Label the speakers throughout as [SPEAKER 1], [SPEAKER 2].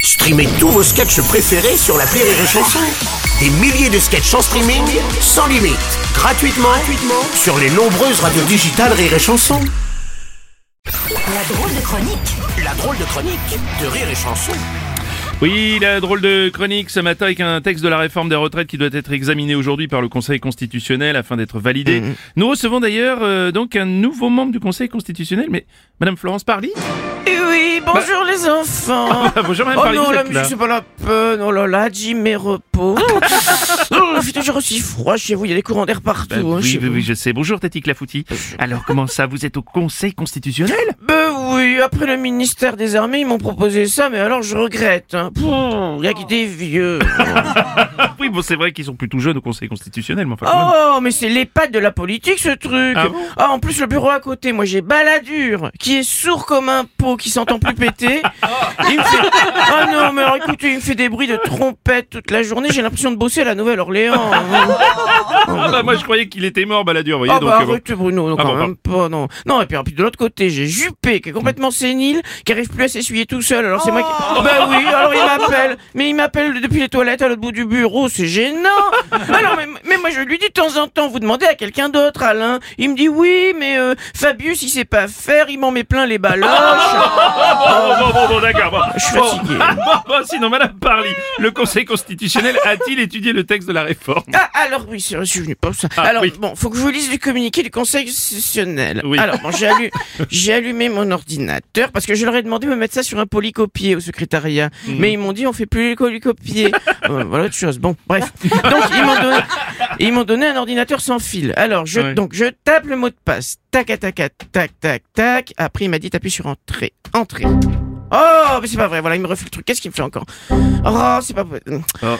[SPEAKER 1] Streamez tous vos sketchs préférés sur la Rire et Chanson. Des milliers de sketchs en streaming, sans limite, gratuitement, gratuitement sur les nombreuses radios digitales Rire et Chanson.
[SPEAKER 2] La drôle de chronique.
[SPEAKER 1] La drôle de chronique de Rire et Chanson.
[SPEAKER 3] Oui, la drôle de chronique ce matin avec un texte de la réforme des retraites qui doit être examiné aujourd'hui par le Conseil constitutionnel afin d'être validé.
[SPEAKER 4] Mm-hmm.
[SPEAKER 3] Nous recevons d'ailleurs euh, donc un nouveau membre du Conseil constitutionnel, mais Madame Florence Parly
[SPEAKER 4] Eh oui, bonjour
[SPEAKER 3] Bah-
[SPEAKER 4] les enfants.
[SPEAKER 3] Bonjour Madame
[SPEAKER 4] oh
[SPEAKER 3] Parly,
[SPEAKER 4] non,
[SPEAKER 3] Ah, bah, vous
[SPEAKER 4] la
[SPEAKER 3] êtes là.
[SPEAKER 4] musique, c'est pas la peine. Oh là là, Jim et repos. oh, fait toujours aussi froid chez vous. Il y a des courants d'air partout.
[SPEAKER 3] Bah,
[SPEAKER 4] hein,
[SPEAKER 3] oui,
[SPEAKER 4] chez
[SPEAKER 3] oui,
[SPEAKER 4] vous.
[SPEAKER 3] oui, je sais. Bonjour Tati Clafouti.
[SPEAKER 4] Euh,
[SPEAKER 3] Alors comment ça, vous êtes au Conseil constitutionnel
[SPEAKER 4] Ben oui, après le ministère des Armées, ils m'ont proposé ça, mais alors je regrette. Hein. Pouh, il y a que des vieux.
[SPEAKER 3] Ah Oui, bon, c'est vrai qu'ils sont plutôt jeunes au Conseil constitutionnel, mais enfin. quand même.
[SPEAKER 4] Oh, mais c'est l'EHPAD de la politique, ce truc.
[SPEAKER 3] Ah bon
[SPEAKER 4] en plus, le bureau à côté, moi j'ai Balladur, qui est sourd comme un pot, qui s'entend plus péter. Il me fait... Ah non, mais alors écoutez, il me fait des bruits de trompette toute la journée, j'ai l'impression de bosser à la Nouvelle-Orléans.
[SPEAKER 3] Ah bah moi je croyais qu'il était mort, Balladur, vous voyez.
[SPEAKER 4] Oh. Ah
[SPEAKER 3] donc,
[SPEAKER 4] bah
[SPEAKER 3] euh, bon.
[SPEAKER 4] arrête Bruno, non,
[SPEAKER 3] Ah
[SPEAKER 4] quand
[SPEAKER 3] bon,
[SPEAKER 4] même pas, non. Non, et puis, alors, puis de l'autre côté, j'ai Juppé qui est complètement sénile, qui arrive plus à s'essuyer tout seul, alors c'est moi qui... Bah oui, alors il m'appelle, mais il m'appelle depuis les toilettes à l'autre bout du bureau, c'est gênant Alors, mais, mais moi je lui dis de temps en temps, vous demandez à quelqu'un d'autre, Alain. Il me dit oui, mais euh, Fabius il sait pas faire, il m'en met plein les baloches.
[SPEAKER 3] Bon, Oh, bon, bon, bon, d'accord. bon.
[SPEAKER 4] Je suis
[SPEAKER 3] Bon.
[SPEAKER 4] fatigué.
[SPEAKER 3] Bon, bon, sinon, Madame Parly, le Conseil constitutionnel a-t-il étudié le texte de la réforme
[SPEAKER 4] Ah, alors oui, c'est vrai, je suis venu pour ça.
[SPEAKER 3] Ah,
[SPEAKER 4] alors,
[SPEAKER 3] oui.
[SPEAKER 4] bon, faut que je vous lise le communiqué du conseil constitutionnel.
[SPEAKER 3] Oui.
[SPEAKER 4] Alors, bon, j'ai allu- j'ai allumé mon ordinateur parce que je leur ai demandé de me mettre ça sur un polycopier au secrétariat.
[SPEAKER 3] Mhm.
[SPEAKER 4] Mais ils m'ont dit, on fait plus les polycopiers. Euh, voilà autre chose. Bon, bref. Donc, ils m'ont donné, ils m'ont donné un ordinateur sans fil. Alors, je,
[SPEAKER 3] Ouais.
[SPEAKER 4] donc, je tape le mot de passe. Tac, tac, tac, tac, tac, tac. Après, il m'a dit, t'appuies sur entrée. Entrée. Oh, mais c'est pas vrai. Voilà, il me refait le truc. Qu'est-ce qu'il me fait encore? Oh, c'est pas vrai.
[SPEAKER 3] Oh, euh,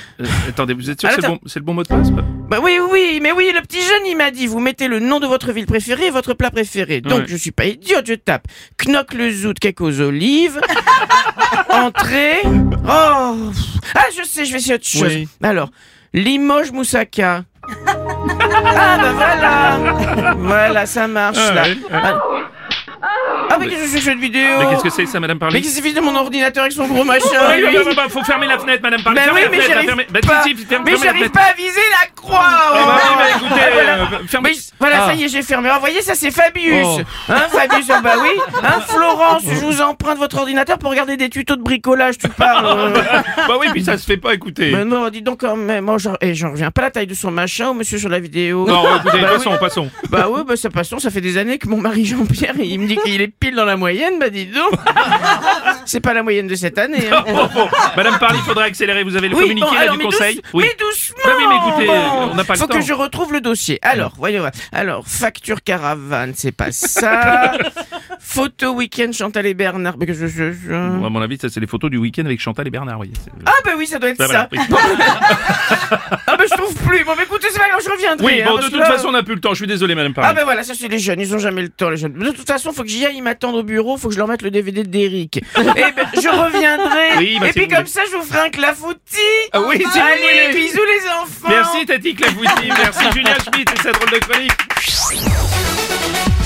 [SPEAKER 3] Attendez, vous êtes sûr que
[SPEAKER 4] Alors,
[SPEAKER 3] c'est le, bon, c'est le bon mot de passe pas
[SPEAKER 4] Bah oui, oui, mais oui, le petit jeune, il m'a dit, vous mettez le nom de votre ville préférée et votre plat préféré. Donc,
[SPEAKER 3] Ouais.
[SPEAKER 4] je suis pas idiote, je tape knock le zout cake aux olives. Entrée. Oh. Ah, je sais, je vais essayer autre chose.
[SPEAKER 3] Oui.
[SPEAKER 4] Alors, Limoges Moussaka. ah, bah voilà. voilà, ça marche,
[SPEAKER 3] Ah,
[SPEAKER 4] là.
[SPEAKER 3] ouais, ouais.
[SPEAKER 4] Ah, mais qu'est-ce que c'est que cette vidéo?
[SPEAKER 3] Mais qu'est-ce que c'est ça, Madame
[SPEAKER 4] Mais
[SPEAKER 3] Parly
[SPEAKER 4] qu'est-ce que c'est que de mon ordinateur avec son gros machin?
[SPEAKER 3] Ah,
[SPEAKER 4] lui
[SPEAKER 3] bah, bah, bah, bah, Faut fermer la fenêtre, Madame Parly.
[SPEAKER 4] Ben
[SPEAKER 3] fermez
[SPEAKER 4] oui,
[SPEAKER 3] la
[SPEAKER 4] mais
[SPEAKER 3] fenêtre,
[SPEAKER 4] j'arrive
[SPEAKER 3] fermez- bah,
[SPEAKER 4] pas.
[SPEAKER 3] si, si, fermez
[SPEAKER 4] Mais
[SPEAKER 3] la
[SPEAKER 4] j'arrive
[SPEAKER 3] fenêtre.
[SPEAKER 4] pas à viser la croix.
[SPEAKER 3] Ah, bah, oui,
[SPEAKER 4] oh.
[SPEAKER 3] bah, écoutez,
[SPEAKER 4] Ah, voilà.
[SPEAKER 3] euh, fermez.
[SPEAKER 4] Mais voilà,
[SPEAKER 3] Ah.
[SPEAKER 4] ça y est, j'ai fermé. Ah, voyez, ça c'est Fabius.
[SPEAKER 3] Oh.
[SPEAKER 4] Hein, Fabius, ah bah oui. Hein, Florence, je vous emprunte votre ordinateur pour regarder des tutos de bricolage, tu parles. euh.
[SPEAKER 3] Bah oui, puis ça se fait pas, écoutez.
[SPEAKER 4] Mais non, dis donc quand même. Oh, j'en eh, j'en reviens pas à la taille de son machin au monsieur sur la vidéo.
[SPEAKER 3] Non, écoutez,
[SPEAKER 4] Bah oui.
[SPEAKER 3] passons, passons.
[SPEAKER 4] Bah ouais, bah ça passons, ça fait des années que mon mari Jean-Pierre, il me dit qu'il est pile dans la moyenne, bah dis donc. C'est pas la moyenne de cette année. hein.
[SPEAKER 3] Bon, bon, Madame Parly, faudra accélérer. Vous avez le
[SPEAKER 4] Oui,
[SPEAKER 3] communiqué
[SPEAKER 4] bon,
[SPEAKER 3] là,
[SPEAKER 4] alors,
[SPEAKER 3] du
[SPEAKER 4] mais
[SPEAKER 3] Conseil
[SPEAKER 4] douce- Mais doucement
[SPEAKER 3] Bah oui, mais écoutez,
[SPEAKER 4] bon.
[SPEAKER 3] on n'a pas le
[SPEAKER 4] Faut
[SPEAKER 3] temps.
[SPEAKER 4] que je retrouve le dossier. Alors, voyons voir. Alors, facture caravane, c'est pas ça. Photo week-end Chantal et Bernard. mais que je- je- je-
[SPEAKER 3] Bon, À mon avis, ça, c'est les photos du week-end avec Chantal et Bernard, vous voyez. c'est-
[SPEAKER 4] Ah bah oui, ça doit être
[SPEAKER 3] Ça,
[SPEAKER 4] ça.
[SPEAKER 3] voilà, oui.
[SPEAKER 4] Ah bah je trouve plus. Bon, mais écoutez, c'est pas grave, je reviendrai.
[SPEAKER 3] Oui,
[SPEAKER 4] hein,
[SPEAKER 3] bon, de
[SPEAKER 4] parce que
[SPEAKER 3] toute
[SPEAKER 4] là-
[SPEAKER 3] façon, on n'a plus le temps. Je suis désolé, Madame
[SPEAKER 4] Ah
[SPEAKER 3] Parly.
[SPEAKER 4] bah voilà, ça c'est les jeunes, ils ont jamais le temps les jeunes. De toute façon, faut que j'y aille, ils m'attendent au bureau, faut que je leur mette le DVD d'Eric. Et ben, je reviendrai.
[SPEAKER 3] Oui, bah,
[SPEAKER 4] et
[SPEAKER 3] si
[SPEAKER 4] puis
[SPEAKER 3] vous
[SPEAKER 4] comme
[SPEAKER 3] voulez.
[SPEAKER 4] ça, je vous ferai un clafoutis.
[SPEAKER 3] Ah oui, si vous
[SPEAKER 4] Allez,
[SPEAKER 3] voulez.
[SPEAKER 4] bisous les enfants.
[SPEAKER 3] Merci Tati Clafouti, merci Julien Schmitt et sa drôle de chronique.